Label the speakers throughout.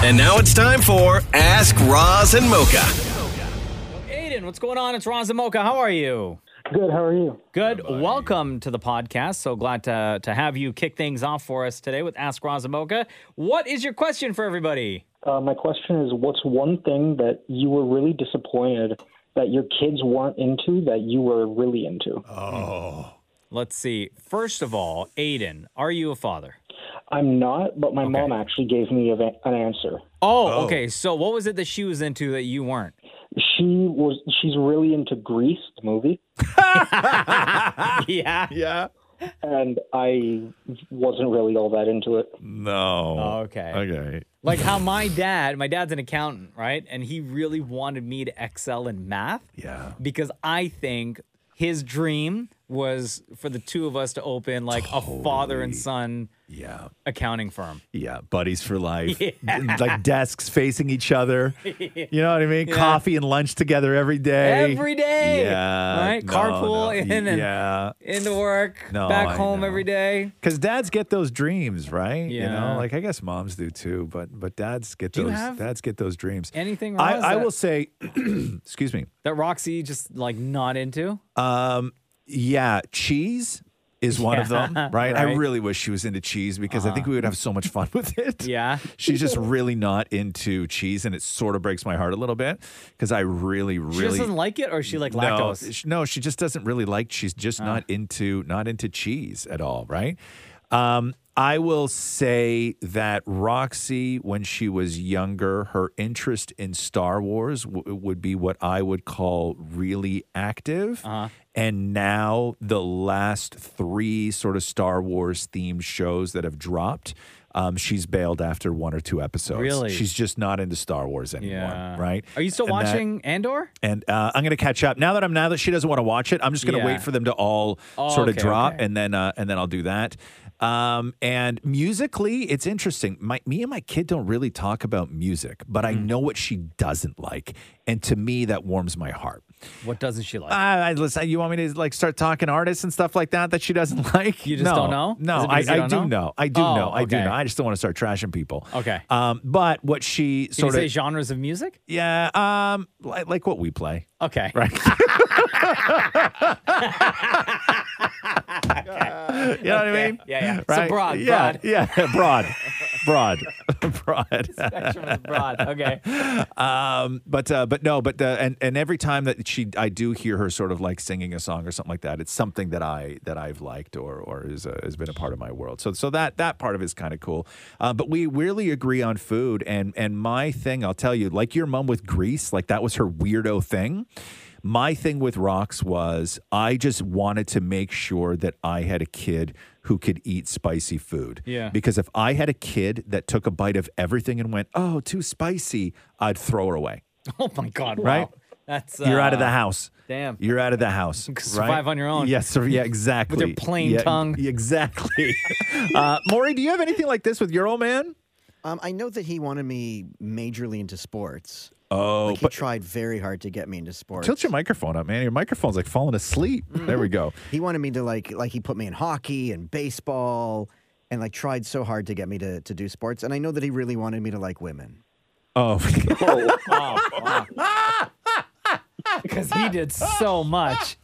Speaker 1: And now it's time for Ask Roz and Mocha.
Speaker 2: Aiden, what's going on? It's Ron Zamoka. How are you?
Speaker 3: Good. How are you?
Speaker 2: Good. Welcome to the podcast. So glad to, to have you kick things off for us today with Ask Ron Zamoka. What is your question for everybody?
Speaker 3: Uh, my question is, what's one thing that you were really disappointed that your kids weren't into that you were really into?
Speaker 4: Oh.
Speaker 2: Let's see. First of all, Aiden, are you a father?
Speaker 3: I'm not, but my mom actually gave me a, an answer.
Speaker 2: Oh, okay. So what was it that she was into that you weren't?
Speaker 3: She was. She's really into Grease, the movie,
Speaker 2: yeah.
Speaker 4: Yeah.
Speaker 3: and I wasn't really all that into it.
Speaker 4: No.
Speaker 2: Okay.
Speaker 4: Okay.
Speaker 2: Like how my dad, my dad's an accountant, right? And he really wanted me to excel in math.
Speaker 4: Yeah.
Speaker 2: because I think his dream was for the two of us to open like a father and son
Speaker 4: Yeah.
Speaker 2: accounting firm.
Speaker 4: Yeah. Buddies for life. Like desks facing each other. You know what I mean? Coffee and lunch together every day.
Speaker 2: Every day,
Speaker 4: Yeah.
Speaker 2: right?
Speaker 4: No,
Speaker 2: Carpool
Speaker 4: no.
Speaker 2: in and
Speaker 4: Yeah.
Speaker 2: into work,
Speaker 4: No,
Speaker 2: back
Speaker 4: I
Speaker 2: home
Speaker 4: know.
Speaker 2: every day.
Speaker 4: Because dads get those dreams, right? You
Speaker 2: Yeah.
Speaker 4: know, like I guess moms do too, but but dads get
Speaker 2: you
Speaker 4: those
Speaker 2: have
Speaker 4: dads get those dreams.
Speaker 2: anything,
Speaker 4: I,
Speaker 2: Roz,
Speaker 4: I
Speaker 2: that-
Speaker 4: will say, excuse me.
Speaker 2: That Roxy just like not into.
Speaker 4: Yeah, cheese is one of them,
Speaker 2: Yeah,
Speaker 4: right? I
Speaker 2: right. Uh-huh.
Speaker 4: really wish she was into cheese because I think we would have so much fun with it.
Speaker 2: Yeah.
Speaker 4: She's just really not into cheese and it sort of breaks my heart a little bit because I really
Speaker 2: She
Speaker 4: really
Speaker 2: just doesn't like it, or is she like
Speaker 4: no,
Speaker 2: lactose. Oh.
Speaker 4: sh- no, she just doesn't really like she's just not into not into cheese at all, right? Um I will say that Roxy, when she was younger, her interest in Star Wars w- would be what I would call really active.
Speaker 2: Uh-huh.
Speaker 4: And now, the last three sort of Star Wars themed shows that have dropped, um, she's bailed after one or two episodes.
Speaker 2: Really?
Speaker 4: She's just not into Star Wars anymore,
Speaker 2: yeah.
Speaker 4: right?
Speaker 2: Are you still
Speaker 4: And that-
Speaker 2: watching Andor?
Speaker 4: and uh, I'm gonna catch up now that I'm now that she doesn't want to watch it. I'm just gonna
Speaker 2: Yeah.
Speaker 4: wait for them to all
Speaker 2: Oh,
Speaker 4: sort of
Speaker 2: okay,
Speaker 4: drop,
Speaker 2: okay.
Speaker 4: and then uh, and then I'll do that. Um, and musically, it's interesting. My me and my kid don't really talk about music, but I know what she doesn't like, and to me that warms my heart.
Speaker 2: What doesn't she like?
Speaker 4: Uh, listen, you want me to like start talking artists and stuff like that that she doesn't like?
Speaker 2: You just
Speaker 4: no,
Speaker 2: don't know?
Speaker 4: No,
Speaker 2: Is it
Speaker 4: I,
Speaker 2: because you
Speaker 4: I
Speaker 2: don't
Speaker 4: do
Speaker 2: know?
Speaker 4: know? I do
Speaker 2: Oh,
Speaker 4: know. I do
Speaker 2: okay.
Speaker 4: know. I just don't want to start trashing people.
Speaker 2: Okay.
Speaker 4: Um, but what she
Speaker 2: Can you
Speaker 4: sort
Speaker 2: say
Speaker 4: of
Speaker 2: genres of music?
Speaker 4: yeah um like, like what we play.
Speaker 2: Okay.
Speaker 4: Right. You know what I mean?
Speaker 2: Yeah, yeah.
Speaker 4: Right?
Speaker 2: So broad,
Speaker 4: yeah,
Speaker 2: broad.
Speaker 4: Yeah, broad, broad, broad.
Speaker 2: Spectrum is broad. Okay.
Speaker 4: Um, but uh, but no, but uh, and and every time that she, I do hear her sort of like singing a song or something like that. It's something that I that I've liked or or is uh has been a part of my world. So so that that part of it is kind of cool. Uh, but we really agree on food and and my thing. I'll tell you, like your mom with grease, like that was her weirdo thing. My thing with rocks was I just wanted to make sure that I had a kid who could eat spicy food.
Speaker 2: Yeah.
Speaker 4: Because if I had a kid that took a bite of everything and went, oh, too spicy, I'd throw her away.
Speaker 2: Oh my God. Wow.
Speaker 4: Right?
Speaker 2: That's
Speaker 4: You're
Speaker 2: uh,
Speaker 4: out of the house.
Speaker 2: damn.
Speaker 4: You're out of the house.
Speaker 2: Survive on your own.
Speaker 4: Yes. Yeah, exactly.
Speaker 2: your plain
Speaker 4: Yeah,
Speaker 2: tongue.
Speaker 4: Exactly. uh, Maury, do you have anything like this with your old man?
Speaker 5: Um, I know that he wanted me majorly into sports.
Speaker 4: Oh,
Speaker 5: Like, he tried very hard to get me into sports.
Speaker 4: tilt your microphone up, man. Your microphone's like falling asleep.
Speaker 2: Mm.
Speaker 4: There we go.
Speaker 5: He wanted me to like like he put me in hockey and baseball and like tried so hard to get me to, to do sports. And I know that he really wanted me to like women.
Speaker 4: Oh,
Speaker 2: because he did so much.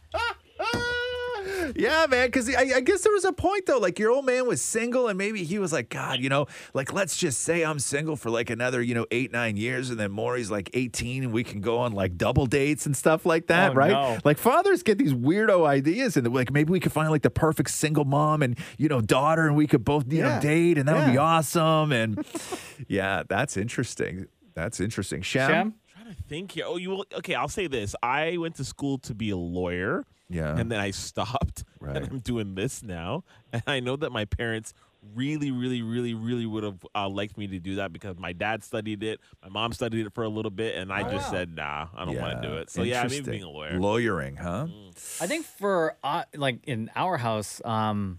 Speaker 4: Yeah, man. Because I, I guess there was a point though. Like your old man was single, and maybe he was like, God, you know, like let's just say I'm single for like another, you know, eight nine years, and then Maury's like 18, and we can go on like double dates and stuff like that,
Speaker 2: Oh,
Speaker 4: right?
Speaker 2: no.
Speaker 4: Like fathers get these weirdo ideas, and they're like maybe we could find like the perfect single mom and you know daughter, and we could both you know
Speaker 5: Yeah.
Speaker 4: date, and that would be
Speaker 5: Yeah.
Speaker 4: awesome. And yeah, that's interesting. That's interesting. Sham.
Speaker 2: Shem?
Speaker 6: trying to think here. Oh, you will. Okay, I'll say this. I went to school to be a lawyer.
Speaker 4: Yeah.
Speaker 6: And then I stopped.
Speaker 4: Right.
Speaker 6: And I'm doing this now. And I know that my parents really, really, really, really would have uh, liked me to do that because my dad studied it. My mom studied it for a little bit. And I just said, nah, I don't want to do it. So, yeah, maybe
Speaker 4: interesting.
Speaker 6: being Mm. a lawyer.
Speaker 4: Lawyering, huh?
Speaker 2: I think for uh, like in our house, um,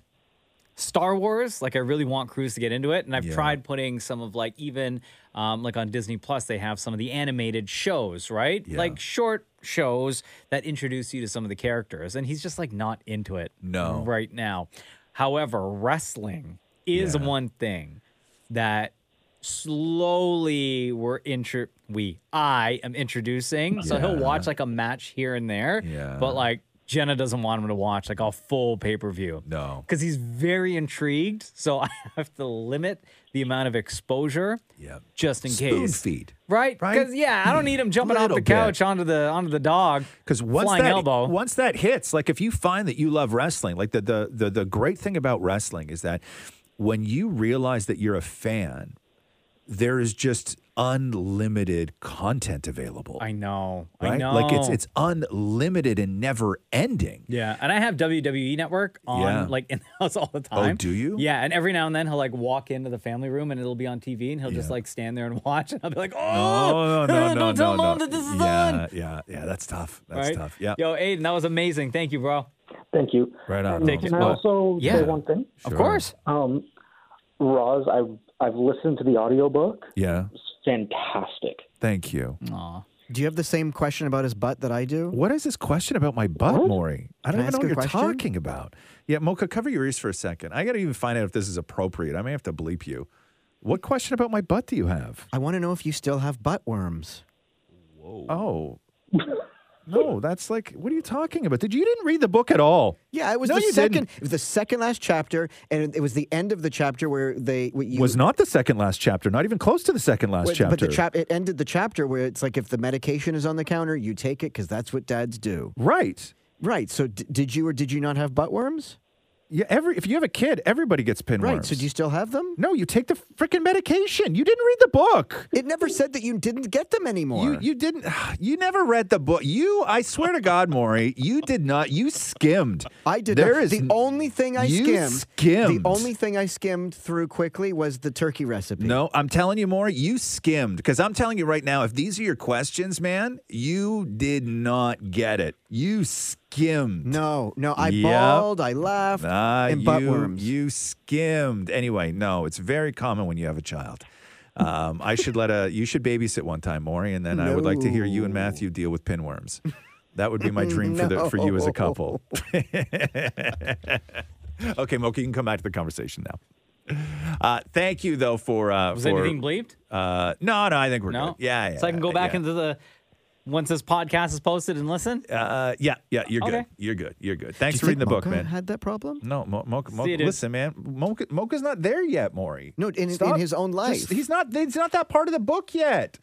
Speaker 2: Star Wars. Like I really want Cruz to get into it, and I've
Speaker 4: Yeah.
Speaker 2: tried putting some of like even um, like on Disney Plus, they have some of the animated shows, right? Like short shows that introduce you to some of the characters, and he's just like not into it.
Speaker 4: No.
Speaker 2: right now. However, wrestling is one thing that slowly we're intro we I am introducing. So he'll watch like a match here and there.
Speaker 4: Yeah.
Speaker 2: But like Jenna doesn't want him to watch like a full pay-per-view.
Speaker 4: No.
Speaker 2: Because he's very intrigued. So I have to limit the amount of exposure.
Speaker 4: Yeah.
Speaker 2: Just in
Speaker 4: Spoon
Speaker 2: case.
Speaker 4: feed.
Speaker 2: Right?
Speaker 4: Right?
Speaker 2: Because yeah, I don't need him jumping off
Speaker 4: Little
Speaker 2: the
Speaker 4: bit.
Speaker 2: couch onto the onto the dog.
Speaker 4: Because once
Speaker 2: flying
Speaker 4: that
Speaker 2: elbow.
Speaker 4: once that hits, like if you find that you love wrestling, like the, the the the great thing about wrestling is that when you realize that you're a fan, there is just unlimited content available.
Speaker 2: I know. I
Speaker 4: right?
Speaker 2: know.
Speaker 4: Like it's it's unlimited and never ending.
Speaker 2: Yeah, and I have WWE Network on
Speaker 4: Yeah. Oh,
Speaker 2: like in the house all the time.
Speaker 4: do you?
Speaker 2: Yeah, and every now and then he'll like walk into the family room and it'll be on TV and he'll just like stand there and watch and I'll be like, oh, don't tell mom that this is
Speaker 4: yeah,
Speaker 2: on.
Speaker 4: Yeah, yeah, that's tough.
Speaker 2: All
Speaker 4: That's
Speaker 2: right?
Speaker 4: tough. Yeah,
Speaker 2: Yo, Aiden, that was amazing. Thank you, bro.
Speaker 3: Thank you.
Speaker 4: Right on,
Speaker 3: And
Speaker 4: Take
Speaker 3: can
Speaker 2: it.
Speaker 3: I
Speaker 2: Well,
Speaker 3: also
Speaker 2: yeah.
Speaker 3: say one thing?
Speaker 2: Of course.
Speaker 3: Um, Roz, I've I've listened to the audiobook.
Speaker 4: yeah.
Speaker 3: It's fantastic.
Speaker 4: Thank you.
Speaker 5: Do you have the same question about his butt that I do?
Speaker 4: What is this question about my butt, Maury? I don't
Speaker 5: Can
Speaker 4: even know
Speaker 5: I ask
Speaker 4: what
Speaker 5: a
Speaker 4: you're
Speaker 5: question?
Speaker 4: talking about. Yeah, Mocha, cover your ears for a second. I got to even find out if this is appropriate. I may have to bleep you. What question about my butt do you have?
Speaker 5: I want to know if you still have butt worms.
Speaker 4: Oh. No, that's like, what are you talking about? Did you, you didn't read the book at all?
Speaker 5: Yeah, it was
Speaker 4: No,
Speaker 5: the
Speaker 4: you
Speaker 5: 2nd
Speaker 4: didn't.
Speaker 5: It was the second last chapter, and it was the end of the chapter where they where you,
Speaker 4: was not the second last chapter. Not even close to the second last
Speaker 5: But-
Speaker 4: chapter.
Speaker 5: But the chap it ended the chapter where it's like if the medication is on the counter, you take it because that's what dads do.
Speaker 4: right.
Speaker 5: Right. So d- did you or did you not have butt worms?
Speaker 4: Yeah. Every if you have a kid, everybody gets pinworms.
Speaker 5: Right. So do you still have them?
Speaker 4: No, you take the freaking medication. You didn't read the book.
Speaker 5: It never said that you didn't get them anymore.
Speaker 4: You you didn't. You never read the book. You, I swear to God, Maury, you did not. You skimmed.
Speaker 5: I did.
Speaker 4: There
Speaker 5: not.
Speaker 4: is
Speaker 5: the only thing I
Speaker 4: you
Speaker 5: skimmed.
Speaker 4: skimmed.
Speaker 5: The only thing I skimmed through quickly was the turkey recipe.
Speaker 4: No, I'm telling you, Maury, you skimmed. Because I'm telling you right now, if these are your questions, man, you did not get it. You skimmed.
Speaker 5: No, no. I
Speaker 4: Yep.
Speaker 5: bawled. I laughed.
Speaker 4: Ah,
Speaker 5: and
Speaker 4: you,
Speaker 5: butt worms.
Speaker 4: You skimmed. Anyway, no, it's very common when you have a child. Um, I should let a you should babysit one time, Maury, and then I would like to hear you and Matthew deal with pinworms. That would be my dream for the, for you as a couple. okay, Mocha, you can come back to the conversation now. Uh, thank you though for uh,
Speaker 2: Was
Speaker 4: for
Speaker 2: anything bleeped?
Speaker 4: uh, no no I think we're
Speaker 2: No.
Speaker 4: good yeah, yeah
Speaker 2: So I can go back
Speaker 4: yeah.
Speaker 2: into the once this podcast is posted and listen.
Speaker 4: uh, yeah yeah you're good
Speaker 2: Okay.
Speaker 4: you're good you're good
Speaker 5: Do
Speaker 4: thanks
Speaker 5: you
Speaker 4: for reading the
Speaker 5: think
Speaker 4: book
Speaker 5: Mocha
Speaker 4: man
Speaker 5: Had that problem?
Speaker 4: No, Mo- Mocha. Mocha
Speaker 2: it is-
Speaker 4: listen, man, Mocha, Mocha's not there yet, Maury.
Speaker 5: No, in- in
Speaker 4: Stop.
Speaker 5: his own life.
Speaker 4: Just- he's not. He's not that part of the book yet.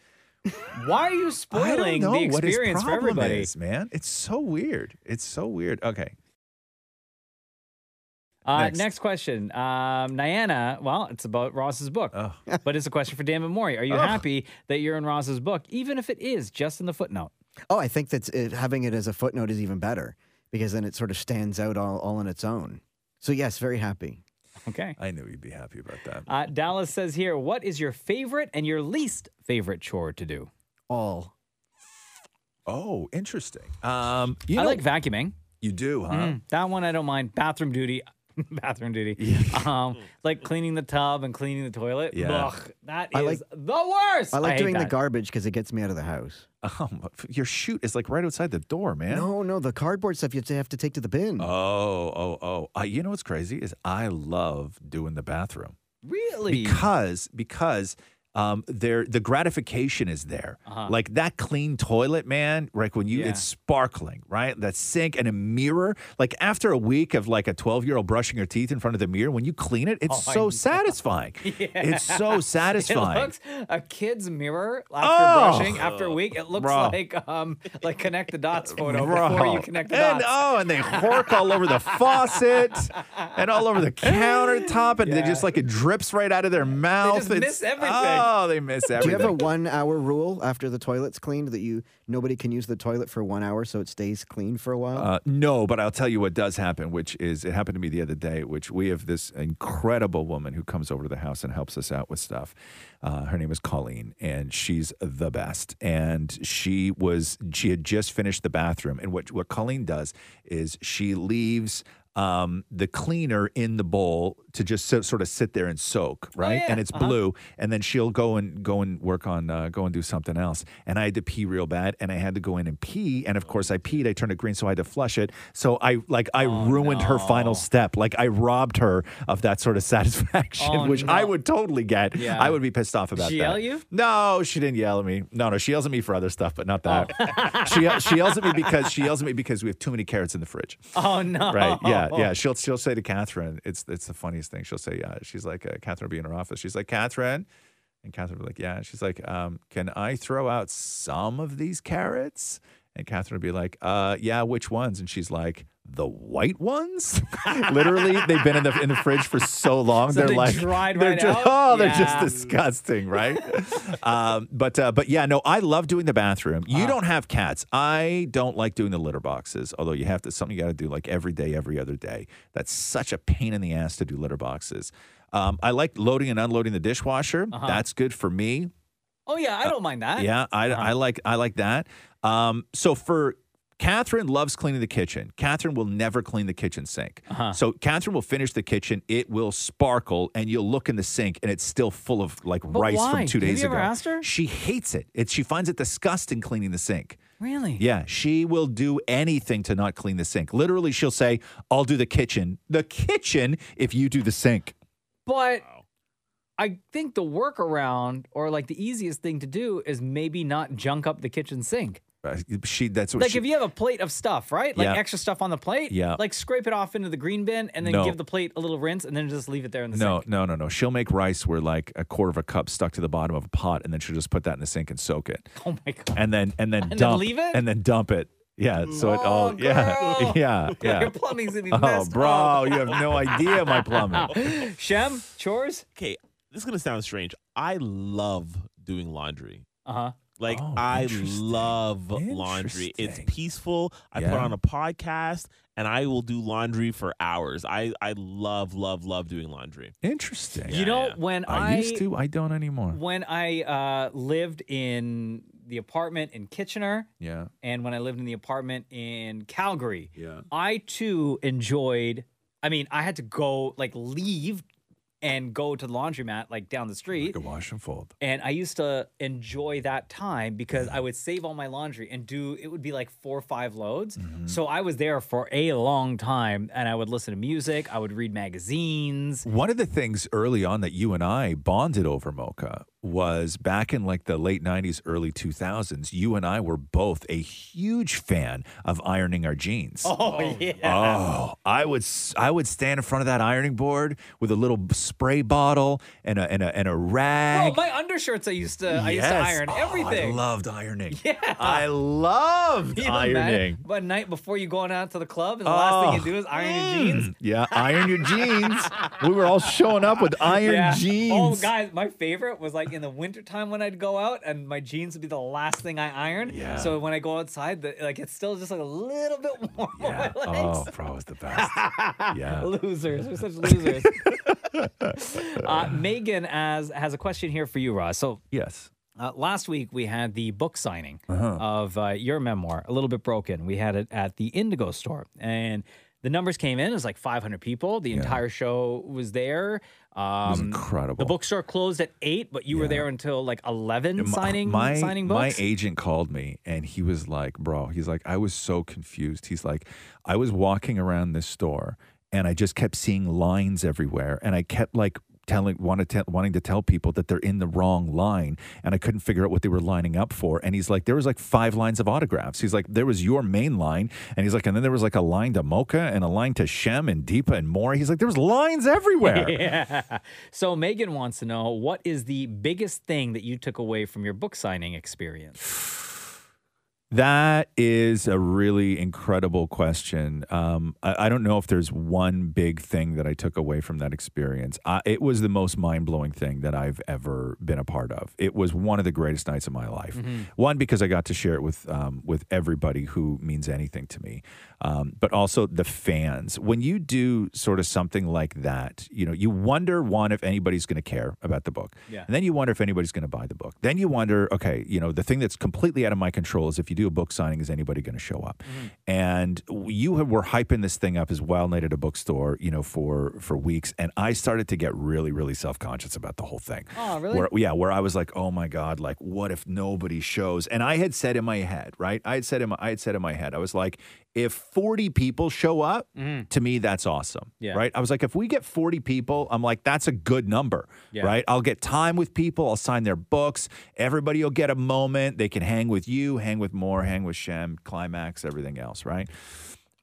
Speaker 2: Why are you
Speaker 4: I don't
Speaker 2: spoiling
Speaker 4: know
Speaker 2: the
Speaker 4: what his
Speaker 2: experience for
Speaker 4: problem
Speaker 2: everybody?
Speaker 4: is, man. It's so weird. It's so weird. Okay,
Speaker 2: Uh,
Speaker 4: Next.
Speaker 2: next. question. Um, Niana, well, it's about Ross's book,
Speaker 4: Oh.
Speaker 2: but it's a question for Dan and Maury. Are you
Speaker 4: Oh.
Speaker 2: happy that you're in Ross's book, even if it is just in the footnote?
Speaker 5: Oh, I think that it, having it as a footnote is even better because then it sort of stands out all, all on its own. So yes, very happy.
Speaker 2: Okay.
Speaker 4: I knew you'd be happy about that.
Speaker 2: Uh, Dallas says here, what is your favorite and your least favorite chore to do?
Speaker 5: All.
Speaker 4: Oh, interesting. Um, you
Speaker 2: I
Speaker 4: know-
Speaker 2: like vacuuming.
Speaker 4: you do, huh?
Speaker 2: Mm, that one I don't mind. Bathroom duty. Bathroom duty. Um, like cleaning the tub and cleaning the toilet.
Speaker 4: Yeah.
Speaker 2: Ugh, that
Speaker 5: I
Speaker 2: is
Speaker 5: like-
Speaker 2: the worst.
Speaker 5: I like
Speaker 2: hate
Speaker 5: doing the
Speaker 2: that.
Speaker 5: garbage because it gets me out of the house.
Speaker 2: Mm.
Speaker 4: Um, your shoot is like right outside the door, man.
Speaker 5: No, no, the cardboard stuff you have to, have to take to the bin.
Speaker 4: Oh, oh, oh. Uh, you know what's crazy is I love doing the bathroom.
Speaker 2: Really?
Speaker 4: because because um, there the gratification is there. Like that clean toilet, man. Like when you,
Speaker 2: Uh-huh. Yeah.
Speaker 4: it's sparkling, right? That sink and a mirror. Like after a week of like a twelve year old brushing her teeth in front of the mirror, when you clean it,
Speaker 2: Oh,
Speaker 4: it's so satisfying. It's so
Speaker 2: It
Speaker 4: satisfying.
Speaker 2: looks a kid's mirror
Speaker 4: Oh.
Speaker 2: after brushing after a week. It looks
Speaker 4: Bro.
Speaker 2: like um like connect the dots photo before
Speaker 4: Bro.
Speaker 2: you connect the
Speaker 4: and
Speaker 2: dots.
Speaker 4: oh, and they hork all over the faucet and all over the countertop, and they
Speaker 2: Yeah.
Speaker 4: just like it drips right out of their mouth.
Speaker 2: just
Speaker 4: It's-
Speaker 2: miss everything.
Speaker 4: Oh, they miss
Speaker 5: Do
Speaker 4: everything.
Speaker 5: you have a one-hour rule after the toilet's cleaned that you nobody can use the toilet for one hour, so it stays clean for a while?
Speaker 4: Uh, no, but I'll tell you what does happen, which is it happened to me the other day. Which we have this incredible woman who comes over to the house and helps us out with stuff. Uh, her name is Colleen, and she's the best. And she was she had just finished the bathroom, and what what Colleen does is she leaves um, the cleaner in the bowl to just so, sort of sit there and soak, right?
Speaker 2: Oh, yeah. Uh-huh.
Speaker 4: And it's blue, and then she'll go and go and work on uh, go and do something else. And I had to pee real bad, and I had to go in and pee, and of course I peed. I turned it green, so I had to flush it. So I like I
Speaker 2: Oh,
Speaker 4: ruined her final step. Like I robbed her of that sort of satisfaction,
Speaker 2: Oh,
Speaker 4: which I
Speaker 2: no.
Speaker 4: would totally get.
Speaker 2: Yeah.
Speaker 4: I would be pissed off about
Speaker 2: She
Speaker 4: that.
Speaker 2: yell you?
Speaker 4: No, she didn't yell at me. No, no, she yells at me for other stuff, but not
Speaker 2: Oh.
Speaker 4: that. she she yells at me because she yells at me because we have too many carrots in the fridge.
Speaker 2: Oh no!
Speaker 4: Right? Yeah, yeah. She'll she'll say to Catherine, it's it's the funniest thing. She'll say, uh, she's like, uh, Catherine will be in her office. She's like, Catherine, and Catherine will be like, yeah. And she's like, um, can I throw out some of these carrots? And Catherine will be like, uh, yeah, which ones? And she's like. The white ones, literally, they've been in the in the fridge for so long.
Speaker 2: So
Speaker 4: they're
Speaker 2: they
Speaker 4: like
Speaker 2: dried
Speaker 4: they're
Speaker 2: right
Speaker 4: just,
Speaker 2: out?
Speaker 4: Oh, they're just
Speaker 2: Yeah.
Speaker 4: the disgusting, right? um, but uh, but yeah, no, I love doing the bathroom. You don't have cats. I don't like doing the litter boxes. Although you have to something you got to do like every day, every other day. That's such a pain in the ass to do litter boxes. Um, I like loading and unloading the dishwasher. That's good for me.
Speaker 2: Oh yeah, I don't mind that.
Speaker 4: Yeah, I, I like I like that. Um, so for Catherine loves cleaning the kitchen. Catherine will never clean the kitchen sink.
Speaker 2: Uh-huh.
Speaker 4: So Catherine will finish the kitchen. It will sparkle, and you'll look in the sink, and it's still full of like rice
Speaker 2: why?
Speaker 4: from two
Speaker 2: Have
Speaker 4: days
Speaker 2: you
Speaker 4: ago.
Speaker 2: ever asked her?
Speaker 4: She hates it. it. She finds it disgusting cleaning the sink.
Speaker 2: Really?
Speaker 4: Yeah, she will do anything to not clean the sink. Literally, she'll say, "I'll do the kitchen, the kitchen, if you do the sink."
Speaker 2: But I think the workaround or like the easiest thing to do is maybe not junk up the kitchen sink.
Speaker 4: Uh, She that's what
Speaker 2: Like
Speaker 4: she,
Speaker 2: if you have a plate of stuff, right? Like
Speaker 4: Yeah.
Speaker 2: extra stuff on the plate.
Speaker 4: Yeah.
Speaker 2: Like scrape it off into the green bin and then
Speaker 4: No.
Speaker 2: give the plate a little rinse and then just leave it there in the
Speaker 4: No,
Speaker 2: sink.
Speaker 4: no, no, no. She'll make rice where like a quarter of a cup stuck to the bottom of a pot, and then she'll just put that in the sink and soak it,
Speaker 2: Oh my god.
Speaker 4: and then and then
Speaker 2: then
Speaker 4: dump
Speaker 2: leave it?
Speaker 4: and then dump it. Yeah. So it all.
Speaker 2: Oh,
Speaker 4: Yeah.
Speaker 2: girl.
Speaker 4: Yeah. Yeah.
Speaker 2: Your plumbing's gonna be
Speaker 4: Oh,
Speaker 2: messed
Speaker 4: bro, you have no idea my plumbing.
Speaker 2: up. Shem, chores?
Speaker 6: Okay, this is gonna sound strange. I love doing laundry.
Speaker 2: Uh-huh.
Speaker 6: Like
Speaker 4: Oh,
Speaker 6: I
Speaker 4: interesting.
Speaker 6: love laundry. It's
Speaker 4: Interesting.
Speaker 6: peaceful. I put
Speaker 4: Yeah.
Speaker 6: on a podcast and I will do laundry for hours. I I love love love doing laundry.
Speaker 4: Interesting.
Speaker 2: you know,
Speaker 6: yeah.
Speaker 2: when I,
Speaker 4: I used to. I don't anymore.
Speaker 2: when I uh, lived in the apartment in Kitchener,
Speaker 4: Yeah.
Speaker 2: and when I lived in the apartment in Calgary, yeah. I too enjoyed. I mean, I had to go like leave and go to the laundromat like down the street.
Speaker 4: Go wash and fold.
Speaker 2: and I used to enjoy that time because I would save all my laundry and do it would be like four or five loads. So I was there for a long time and I would listen to music, I would read magazines.
Speaker 4: One of the things early on that you and I bonded over Mocha was back in like the late 90s, early 2000s, you and I were both a huge fan of ironing our jeans.
Speaker 2: Oh, yeah.
Speaker 4: Oh, I would s- I would stand in front of that ironing board with a little spray bottle and a and a and a
Speaker 2: Bro,
Speaker 4: rag.
Speaker 2: my undershirts I used to I used to
Speaker 4: Yes.
Speaker 2: iron
Speaker 4: Oh,
Speaker 2: everything.
Speaker 4: I loved ironing. Yeah. I loved
Speaker 2: Can you
Speaker 4: ironing. Oh,
Speaker 2: imagine? But night before you going out to the club, and the last thing you do is iron your jeans.
Speaker 4: Yeah, iron your jeans. We were all showing up with iron
Speaker 2: Yeah. Oh,
Speaker 4: jeans.
Speaker 2: guys, my favorite was like in the wintertime when I'd go out and my jeans would be the last thing I ironed.
Speaker 4: Yeah.
Speaker 2: So when I go outside, the, like it's still just like a little bit warm
Speaker 4: Yeah.
Speaker 2: on my legs.
Speaker 4: Oh, bro, it's the best. yeah.
Speaker 2: Losers. We're such losers. uh, Megan has, has a question here for you, Ross. So
Speaker 4: Yes.
Speaker 2: uh, last week we had the book signing
Speaker 4: Uh-huh.
Speaker 2: of uh, your memoir, A Little Bit Broken. We had it at the Indigo store, and the numbers came in. It was like 500 people. The entire show was there. Um,
Speaker 4: incredible.
Speaker 2: The bookstore closed at eight, but you were there until like 11
Speaker 4: My-
Speaker 2: signing
Speaker 4: my,
Speaker 2: signing
Speaker 4: my
Speaker 2: books.
Speaker 4: agent called me and he was like, "Bro, he's like, I was so confused. He's like, I was walking around this store and I just kept seeing lines everywhere, and I kept like." Telling wanted to, wanting to tell people that they're in the wrong line, and I couldn't figure out what they were lining up for. And he's like, there was like five lines of autographs. He's like, there was your main line, and he's like, and then there was like a line to Mocha and a line to Shem and Deepa and more. He's like, there was lines everywhere.
Speaker 2: yeah. So Megan wants to know what is the biggest thing that you took away from your book signing experience?
Speaker 4: That is a really incredible question. Um, I, I don't know if there's one big thing that I took away from that experience. I, it was the most mind blowing thing that I've ever been a part of. It was one of the greatest nights of my life. One because I got to share it with um, with everybody who means anything to me, um, but also the fans. When you do sort of something like that, you know, you wonder one if anybody's going to care about the book,
Speaker 2: Yeah.
Speaker 4: and then you wonder if anybody's going to buy the book. Then you wonder, okay, you know, the thing that's completely out of my control is if you do do a book signing, is anybody going to show up?
Speaker 2: Mm-hmm.
Speaker 4: And w- you have, were hyping this thing up as well, night at a bookstore, you know, for for weeks. And I started to get really, really self conscious about the whole thing.
Speaker 2: Oh, really?
Speaker 4: Where- yeah, where I was like, oh my god, like what if nobody shows? And I had said in my head, right? I had said in my, I had said in my head, I was like, if forty people show up, to me that's awesome,
Speaker 2: Mm-hmm. Yeah.
Speaker 4: right? I was like, if we get forty people, I'm like, that's a good number,
Speaker 2: Yeah.
Speaker 4: right? I'll get time with people, I'll sign their books, everybody will get a moment, they can hang with you, hang with more, hang with Shem, climax, everything else, right?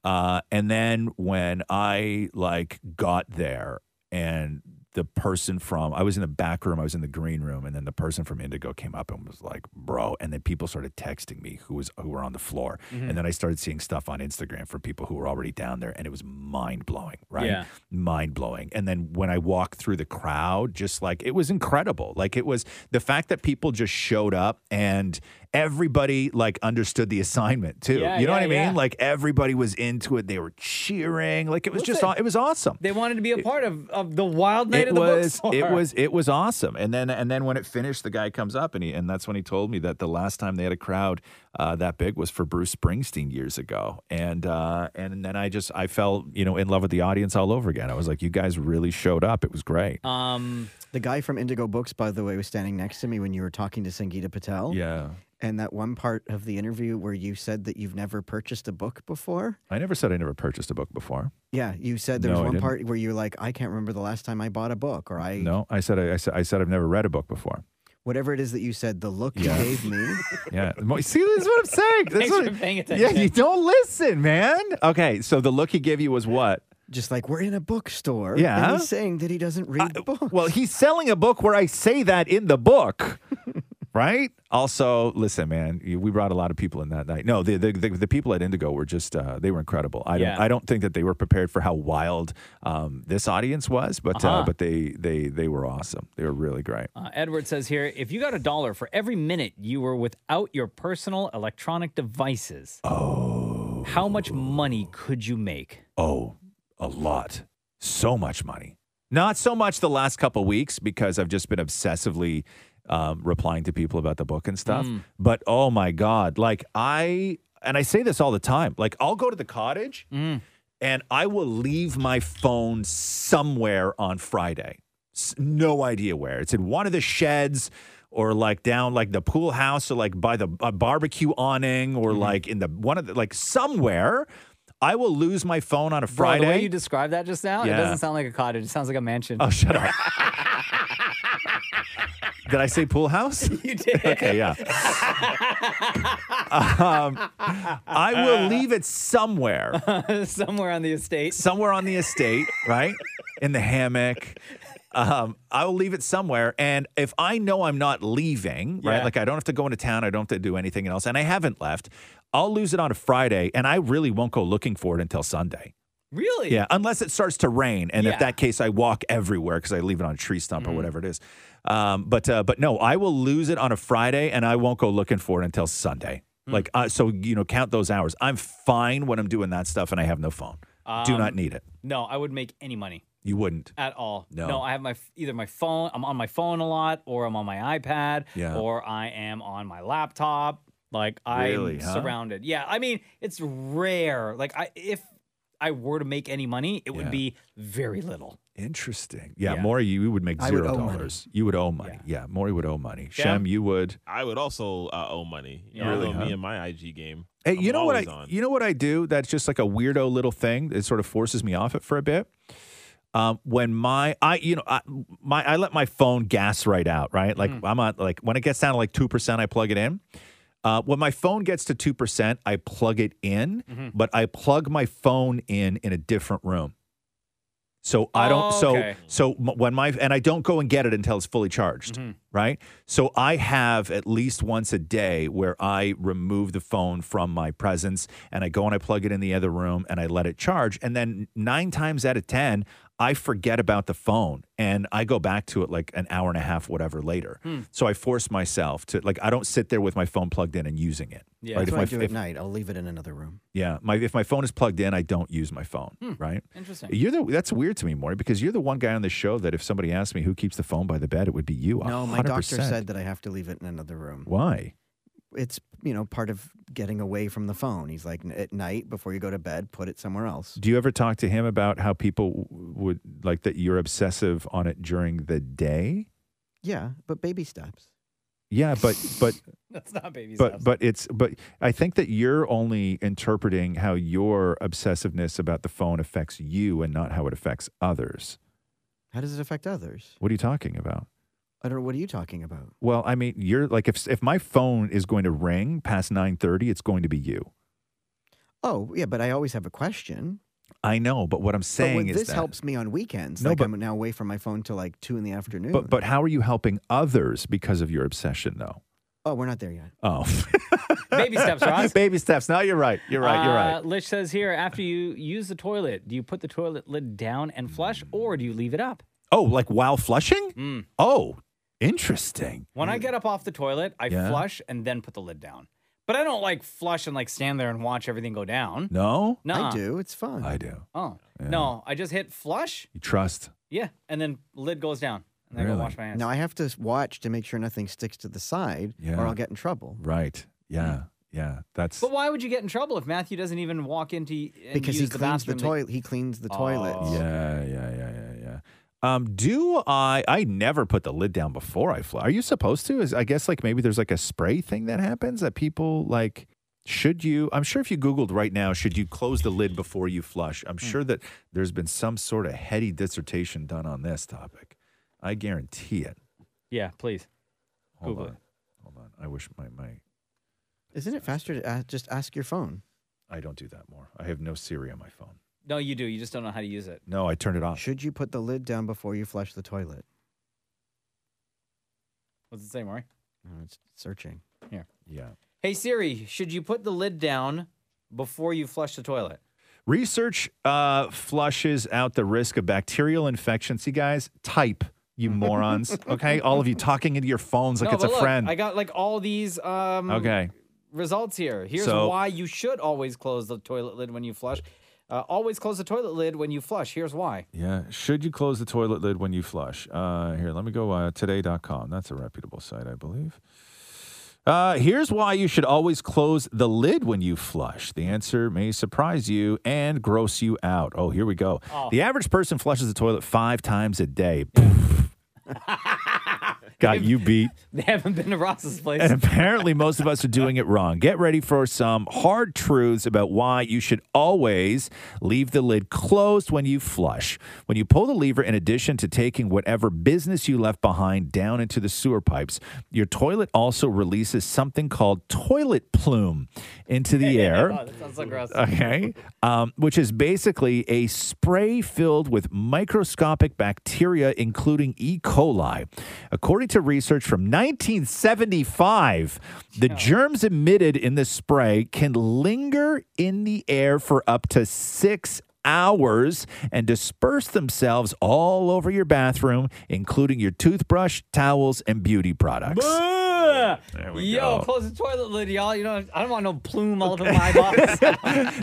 Speaker 4: Uh, and then when I like got there and the person from I was in the back room, I was in the green room, and then the person from Indigo came up and was like, "Bro," and then people started texting me who was who were on the floor,
Speaker 2: Mm-hmm.
Speaker 4: and then I started seeing stuff on Instagram from people who were already down there, and it was mind blowing, right?
Speaker 2: Yeah.
Speaker 4: Mind blowing. And then when I walked through the crowd, just like it was incredible. Like it was the fact that people just showed up and everybody like understood the assignment too.
Speaker 2: Yeah,
Speaker 4: you know
Speaker 2: yeah,
Speaker 4: what I mean?
Speaker 2: yeah.
Speaker 4: Like everybody was into it. They were cheering. Like it was just
Speaker 2: Listen.
Speaker 4: aw- it was awesome.
Speaker 2: They wanted to be a part of, of the wild night
Speaker 4: it
Speaker 2: of the
Speaker 4: was
Speaker 2: bookstore.
Speaker 4: it was it was awesome. And then and then when it finished, the guy comes up and he and that's when he told me that the last time they had a crowd uh, that big was for Bruce Springsteen years ago. And uh, and then I just I fell you know in love with the audience all over again. I was like, you guys really showed up. It was great.
Speaker 2: Um,
Speaker 5: The guy from Indigo Books, by the way, was standing next to me when you were talking to Sangeeta Patel.
Speaker 4: yeah,
Speaker 5: And that one part of the interview where you said that you've never purchased a book before.
Speaker 4: I never said I never purchased a book before.
Speaker 5: Yeah, you said there
Speaker 4: No, I
Speaker 5: was one
Speaker 4: didn't.
Speaker 5: part where you were like, I can't remember the last time I bought a book, or I
Speaker 4: No, I said I, I said I said I've never read a book before.
Speaker 5: whatever it is that you said. The look
Speaker 4: Yeah.
Speaker 5: you gave me.
Speaker 4: Yeah. Mo- See, this is what I'm saying. That's
Speaker 2: Thanks
Speaker 4: what-
Speaker 2: for paying
Speaker 4: Yeah, you
Speaker 2: attention.
Speaker 4: don't listen, man. Okay, so the look he gave you was what?
Speaker 5: just like we're in a bookstore.
Speaker 4: Yeah.
Speaker 5: And he's saying that he doesn't read books.
Speaker 4: Well, he's selling a book where I say that in the book. Right. Also, listen, man. you- We brought a lot of people in that night. No, the the, the, the people at Indigo were just uh, they were incredible. I don't
Speaker 2: Yeah.
Speaker 4: I don't think that they were prepared for how wild um, this audience was, but uh
Speaker 2: Uh-huh.
Speaker 4: but they they they were awesome. They were really great.
Speaker 2: uh, Edward says here, if you got a dollar for every minute you were without your personal electronic devices,
Speaker 4: Oh,
Speaker 2: how much money could you make?
Speaker 4: Oh, a lot. So much money. Not so much the last couple weeks because I've just been obsessively um, replying to people about the book and stuff.
Speaker 2: Mm.
Speaker 4: But oh my God, like I, and I say this all the time, like I'll go to the cottage
Speaker 2: Mm.
Speaker 4: and I will leave my phone somewhere on Friday. S- No idea where. It's in one of the sheds or like down like the pool house or like by the a barbecue awning
Speaker 2: Mm-hmm.
Speaker 4: or like in the one of the like somewhere. I will lose my phone on a
Speaker 2: Bro,
Speaker 4: Friday.
Speaker 2: the way you described that just now,
Speaker 4: Yeah.
Speaker 2: it doesn't sound like a cottage. It sounds like a mansion.
Speaker 4: oh, shut up. Did I say pool house?
Speaker 2: you did.
Speaker 4: Okay, yeah. um, I
Speaker 2: Uh.
Speaker 4: will leave it somewhere.
Speaker 2: Somewhere on the estate.
Speaker 4: somewhere on the estate, right? In the hammock. Um, I will leave it somewhere. And if I know I'm not leaving, right?
Speaker 2: Yeah.
Speaker 4: Like I don't have to go into town, I don't have to do anything else, and I haven't left, I'll lose it on a Friday and I really won't go looking for it until Sunday.
Speaker 2: Really?
Speaker 4: Yeah, unless it starts to rain, and
Speaker 2: Yeah.
Speaker 4: if that case, I walk everywhere because I leave it on a tree stump or whatever it is. Um, but uh, but no, I will lose it on a Friday, and I won't go looking for it until Sunday. Like uh, so, you know, count those hours. I'm fine when I'm doing that stuff, and I have no phone. Do not need it.
Speaker 2: Um, No, I would make any money
Speaker 4: You wouldn't.
Speaker 2: at all.
Speaker 4: No.
Speaker 2: No, I have my either my phone, I'm on my phone a lot, or I'm on my iPad,
Speaker 4: Yeah.
Speaker 2: or I am on my laptop. Like I'm
Speaker 4: Really, huh?
Speaker 2: surrounded. Yeah. I mean, it's rare. Like I if I were to make any money, it
Speaker 4: Yeah.
Speaker 2: would be very little.
Speaker 4: Interesting. Yeah,
Speaker 2: Yeah.
Speaker 4: Maury, you, you would make
Speaker 5: I would
Speaker 4: zero
Speaker 5: owe money.
Speaker 4: dollars. You would owe money. Yeah, Maury would owe money. Shem, you would.
Speaker 6: I would also uh, owe money. You
Speaker 2: Yeah.
Speaker 6: really,
Speaker 4: Really, huh?
Speaker 6: me and my IG game.
Speaker 4: Hey,
Speaker 6: I'm
Speaker 4: you know what I?
Speaker 6: always on.
Speaker 4: You know what I do? That's just like a weirdo little thing that sort of forces me off it for a bit. Um, when my I you know I, my I let my phone gas right out right like
Speaker 6: Hmm.
Speaker 4: I'm on like when it gets down to like two percent I plug it in. Uh, when my phone gets to two percent I plug it in,
Speaker 6: Mm-hmm.
Speaker 4: but I plug my phone in in a different room. So I don't
Speaker 2: Okay.
Speaker 4: so so m- when my and I don't go and get it until it's fully charged,
Speaker 2: Mm-hmm.
Speaker 4: right? So I have at least once a day where I remove the phone from my presence and I go and I plug it in the other room and I let it charge and then 9 times out of 10 I forget about the phone and I go back to it like an hour and a half whatever later.
Speaker 5: Hmm.
Speaker 4: So I force myself to like I don't sit there with my phone plugged in and using it.
Speaker 2: Yeah.
Speaker 4: right?
Speaker 5: That's
Speaker 4: If
Speaker 5: what I
Speaker 4: my,
Speaker 5: do
Speaker 4: if,
Speaker 5: at night. I'll leave it in another room.
Speaker 4: yeah, my if my phone is plugged in, I don't use my phone.
Speaker 5: Hmm.
Speaker 4: Right?
Speaker 2: Interesting.
Speaker 4: You're the that's weird to me, Maury, because you're the one guy on the show that if somebody asked me who keeps the phone by the bed, it would be you.
Speaker 5: No, my
Speaker 4: 100%.
Speaker 5: doctor said that I have to leave it in another room.
Speaker 4: Why?
Speaker 5: It's you know part of getting away from the phone. He's like, "N- at night before you go to bed, put it somewhere else.
Speaker 4: Do you ever talk to him about how people w- would like that you're obsessive on it during the day?
Speaker 5: Yeah, but baby steps.
Speaker 4: Yeah, but but
Speaker 2: That's not baby
Speaker 4: but
Speaker 2: steps.
Speaker 4: but it's but I think that you're only interpreting how your obsessiveness about the phone affects you and not how it affects others.
Speaker 5: How does it affect others?
Speaker 4: What are you talking about?
Speaker 5: I don't know. What are you talking about?
Speaker 4: Well, I mean, you're like if if my phone is going to ring past 9:30, it's going to be you.
Speaker 5: Oh, yeah, but I always have a question.
Speaker 4: I know, but what I'm saying
Speaker 5: but when
Speaker 4: is
Speaker 5: this
Speaker 4: that
Speaker 5: helps me on weekends.
Speaker 4: No,
Speaker 5: like
Speaker 4: but-
Speaker 5: I'm now away from my phone till like two in the afternoon.
Speaker 4: But but how are you helping others because of your obsession though?
Speaker 5: oh, we're not there yet.
Speaker 4: Oh.
Speaker 2: baby steps, Ross.
Speaker 4: Baby steps. No, you're right. You're right. You're
Speaker 2: Uh,
Speaker 4: right.
Speaker 2: Lish says here after you use the toilet, do you put the toilet lid down and flush, or do you leave it up?
Speaker 4: Oh, like while flushing?
Speaker 2: Mm.
Speaker 4: Oh, interesting.
Speaker 2: When I get up off the toilet, I
Speaker 4: Yeah.
Speaker 2: flush and then put the lid down. But I don't like flush and like stand there and watch everything go down.
Speaker 4: No?
Speaker 2: No,
Speaker 5: I do. It's fun.
Speaker 4: I do.
Speaker 2: Oh no, I just hit flush.
Speaker 4: You trust.
Speaker 2: Yeah, and then lid goes down, and then I
Speaker 4: Really?
Speaker 2: go wash my hands.
Speaker 5: Now I have to s- watch to make sure nothing sticks to the side,
Speaker 4: Yeah.
Speaker 5: or I'll get in trouble.
Speaker 4: Right.
Speaker 2: Mm.
Speaker 4: Yeah. Yeah. That's
Speaker 2: but why would you get in trouble if Matthew doesn't even walk into and
Speaker 5: Because he
Speaker 2: use the
Speaker 5: cleans the,
Speaker 2: bathroom? that-
Speaker 5: toilet. He cleans the toilet.
Speaker 2: Oh.
Speaker 4: Yeah, yeah, yeah, yeah, yeah. Um, do I I never put the lid down before I fly. Are you supposed to? Is I guess like maybe there's like a spray thing that happens that people like should you I'm sure if you googled right now should you close the lid before you flush?
Speaker 2: Hmm.
Speaker 4: I'm sure that there's been some sort of heady dissertation done on this topic. I guarantee it.
Speaker 2: Yeah, please.
Speaker 4: Hold
Speaker 2: Google
Speaker 4: on.
Speaker 2: it.
Speaker 4: Hold on. I wish my my
Speaker 5: Isn't it faster to uh, just ask your phone?
Speaker 4: I don't do that more. I have no Siri on my phone.
Speaker 2: No, you do. You just don't know how to use it.
Speaker 4: No, I turned it off.
Speaker 5: Should you put the lid down before you flush the toilet?
Speaker 2: What's it say, Maury?
Speaker 5: Oh, it's searching.
Speaker 4: Yeah.
Speaker 2: Hey Siri, should you put the lid down before you flush the toilet?
Speaker 4: Research uh, flushes out the risk of bacterial infection. See, guys, type, you morons. Okay, all of you talking into your phones like
Speaker 2: no,
Speaker 4: it's a
Speaker 2: but look,
Speaker 4: friend.
Speaker 2: I got like all these um,
Speaker 4: okay,
Speaker 2: results here. Here's
Speaker 4: So-
Speaker 2: why you should always close the toilet lid when you flush. Uh, always close the toilet lid when you flush. Here's why.
Speaker 4: yeah. Should you close the toilet lid when you flush? Uh, here, let me go. Uh, today.com. That's a reputable site, I believe. Uh, here's why you should always close the lid when you flush. The answer may surprise you and gross you out. Oh, here we go. The average person flushes the toilet five times a day. got you beat.
Speaker 2: They haven't been to Ross's place.
Speaker 4: And apparently, most of us are doing it wrong. Get ready for some hard truths about why you should always leave the lid closed when you flush. When you pull the lever, in addition to taking whatever business you left behind down into the sewer pipes, your toilet also releases something called toilet plume into the air.
Speaker 2: that sounds so gross.
Speaker 4: Okay. Um, which is basically a spray filled with microscopic bacteria, including E. coli. According to research from 1975, the germs emitted in the spray can linger in the air for up to six hours and disperse themselves all over your bathroom, including your toothbrush, towels, and beauty products. Uh,
Speaker 2: Yo, close the toilet lid, y'all. You know, I don't want no plume all over my box.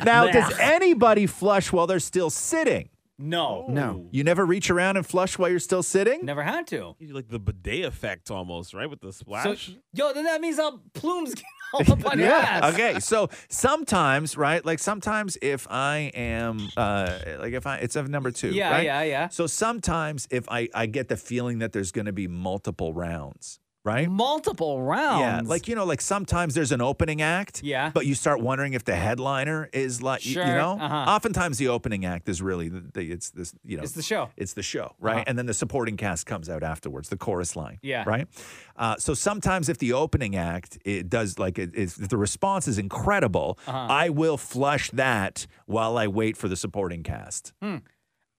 Speaker 4: Now,
Speaker 2: Blech.
Speaker 4: does anybody flush while they're still sitting?
Speaker 2: no,
Speaker 5: No.
Speaker 6: Oh,
Speaker 4: You never reach around and flush while you're still sitting?
Speaker 2: never had to.
Speaker 6: Like the bidet effect almost, right? With the
Speaker 2: So,
Speaker 6: splash.
Speaker 2: yo, then that means all plumes get all up on your ass.
Speaker 4: Okay. So sometimes, right? Like sometimes if I am uh like if I it's of number two.
Speaker 2: Yeah,
Speaker 4: right?
Speaker 2: yeah, yeah.
Speaker 4: So sometimes if I I get the feeling that there's gonna be multiple rounds, right?
Speaker 2: Multiple rounds.
Speaker 4: Yeah, like you know, like sometimes there's an opening act.
Speaker 2: Yeah.
Speaker 4: but you start wondering if the headliner is like you- you
Speaker 2: Sure,
Speaker 4: know.
Speaker 2: uh-huh.
Speaker 4: Oftentimes the opening act is really the, the, it's this you know
Speaker 2: It's the show. Uh-huh.
Speaker 4: it's the show right, and then the supporting cast comes out afterwards, the chorus line.
Speaker 2: Yeah.
Speaker 4: right. Uh, so sometimes if the opening act it does like it, it's, if the response is incredible,
Speaker 2: Uh-huh.
Speaker 4: I will flush that while I wait for the supporting cast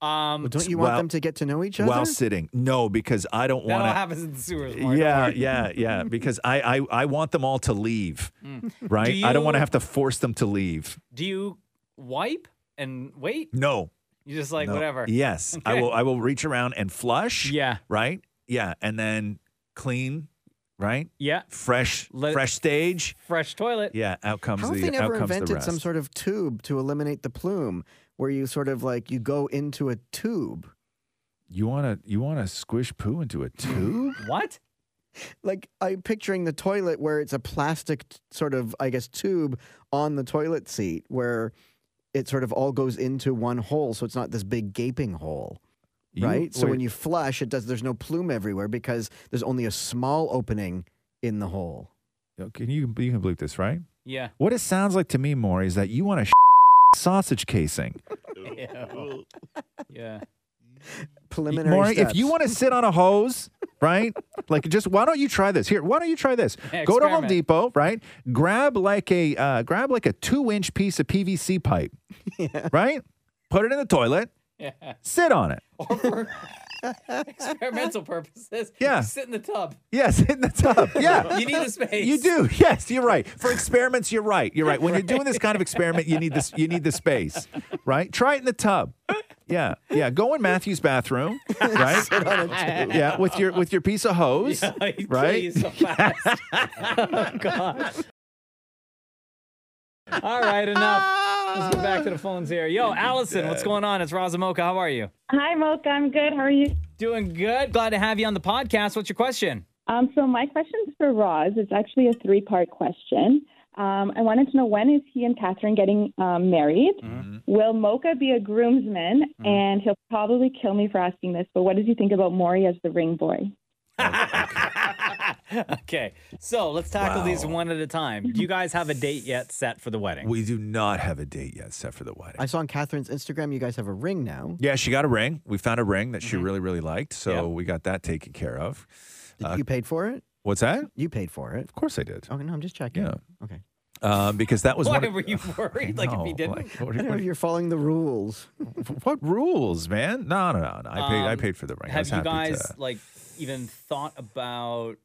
Speaker 2: um,
Speaker 5: Well, don't you want
Speaker 4: Well-
Speaker 5: them to get to know
Speaker 2: Mm-hmm.
Speaker 5: each other?
Speaker 4: while sitting. No, because I don't
Speaker 2: that
Speaker 4: want
Speaker 2: all
Speaker 4: to.
Speaker 2: happens in the sewers. Mark, don't
Speaker 4: Yeah,
Speaker 2: worry.
Speaker 4: yeah, yeah. Because I, I, I want them all to leave, right? I don't want to
Speaker 2: Mm. you-
Speaker 4: have to force them to leave.
Speaker 2: Do you wipe and wait?
Speaker 4: No,
Speaker 2: You just like
Speaker 4: no.
Speaker 2: whatever.
Speaker 4: Yes, I
Speaker 2: Okay.
Speaker 4: will. I will reach around and flush.
Speaker 2: Yeah.
Speaker 4: Right. Yeah, and then clean. Right.
Speaker 2: Yeah.
Speaker 4: Fresh.
Speaker 2: Let-
Speaker 4: fresh stage.
Speaker 2: Fresh toilet.
Speaker 4: Yeah. Out comes
Speaker 5: How have
Speaker 4: the.
Speaker 5: they
Speaker 4: out
Speaker 5: never
Speaker 4: comes the
Speaker 5: invented some
Speaker 4: rest.
Speaker 5: sort of tube to eliminate the plume, where you sort of like you go into a tube?
Speaker 4: You wanna you wanna squish poo into a tube?
Speaker 2: What?
Speaker 5: like I'm picturing the toilet where it's a plastic t- sort of, I guess, tube on the toilet seat where it sort of all goes into one hole, so it's not this big gaping hole,
Speaker 4: You-
Speaker 5: right? so
Speaker 4: wait,
Speaker 5: when you flush, it does. There's no plume everywhere because there's only a small opening in the hole.
Speaker 4: can you you can bleep this, right?
Speaker 2: Yeah.
Speaker 4: What it sounds like to me, more is that you want a sausage casing.
Speaker 2: Ew. yeah.
Speaker 5: Preliminary
Speaker 4: Maury,
Speaker 5: steps.
Speaker 4: if you want to sit on a hose, right? like just why don't you try this? Here, why don't you try this?
Speaker 2: Yeah,
Speaker 4: Go to Home
Speaker 2: experiment.
Speaker 4: Depot, right? Grab like a uh, grab like a two inch piece of PVC pipe, right? Put it in the toilet.
Speaker 2: Yeah.
Speaker 4: Sit on it.
Speaker 2: Or for experimental purposes.
Speaker 4: Yeah.
Speaker 2: Sit in the tub.
Speaker 4: Yeah, sit in the tub. Yeah.
Speaker 2: You need the space.
Speaker 4: You do. Yes, you're right. For experiments, you're right. You're right. When you're doing this kind of experiment, you need this. You need the space, right? Try it in the tub. Yeah, yeah. Go in Matthew's bathroom, right? Yeah, with your with your piece of hose, right?
Speaker 2: Please, so fast. oh, God. All right,
Speaker 4: Ah.
Speaker 2: enough. Let's go back to the phones here. Yo, Allison, what's going on? It's Razamoka. How are you?
Speaker 7: Hi, Mocha. I'm good. How are you?
Speaker 2: Doing good. Glad to have you on the podcast. What's your question?
Speaker 7: Um, so my question's for Roz. It's actually a three-part question. Um, I wanted to know when is he and Catherine getting um, married?
Speaker 4: Mm-hmm.
Speaker 7: Will Mocha be a groomsman? And he'll probably kill me for asking this, but what does he think about Maury as the ring boy?
Speaker 2: okay, so let's tackle these one at a time. Do you guys have a date yet set for the wedding?
Speaker 4: We do not have a date yet set for the wedding.
Speaker 5: I saw on Catherine's Instagram, you guys have a ring now.
Speaker 4: yeah, she got a ring. We found a ring that she really really liked, so
Speaker 2: Mm-hmm. Yeah.
Speaker 4: we got that taken care of. Uh,
Speaker 5: you paid for it.
Speaker 4: What's that? Of
Speaker 5: You paid for it.
Speaker 4: course I did,
Speaker 5: Oh no, I'm just checking.
Speaker 4: Yeah.
Speaker 5: Okay.
Speaker 4: um, because that was
Speaker 2: Why
Speaker 4: one of-
Speaker 2: were you worried? Like, if he
Speaker 4: No,
Speaker 2: didn't?
Speaker 4: like, what-
Speaker 5: I don't know
Speaker 4: what-
Speaker 5: if you're following the rules.
Speaker 4: What rules, man? No, no, no, no. I paid. I
Speaker 2: Um,
Speaker 4: paid for the ring. I
Speaker 2: Have
Speaker 4: was
Speaker 2: you
Speaker 4: happy
Speaker 2: guys
Speaker 4: to-
Speaker 2: like even thought about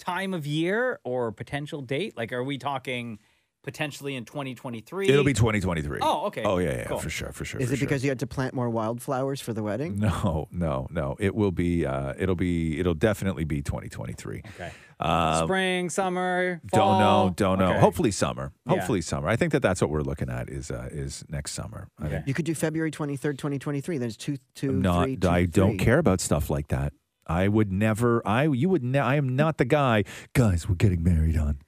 Speaker 2: time of year or potential date? Like, are we talking potentially in 2023?
Speaker 4: It'll be 2023.
Speaker 2: Oh, okay.
Speaker 4: Oh yeah, yeah,
Speaker 2: Cool.
Speaker 4: for sure, for sure.
Speaker 5: Is
Speaker 4: for
Speaker 5: it
Speaker 4: sure.
Speaker 5: because you had to plant more wildflowers for the wedding?
Speaker 4: No, no, no. It will be. Uh, it'll be. It'll definitely be 2023.
Speaker 2: Okay.
Speaker 4: Uh,
Speaker 2: spring, summer,
Speaker 4: don't
Speaker 2: fall?
Speaker 4: know. Don't know.
Speaker 2: Okay.
Speaker 4: Hopefully summer.
Speaker 2: Yeah.
Speaker 4: Hopefully summer. I think that that's what we're looking at is uh, is next summer. I think
Speaker 5: You could do February 23rd, 2023. There's two, two,
Speaker 4: not.
Speaker 5: three,
Speaker 4: I
Speaker 5: two,
Speaker 4: don't
Speaker 5: three.
Speaker 4: care about stuff like that. I would never. I you would. Ne- I am not the guy. Guys, we're getting married on.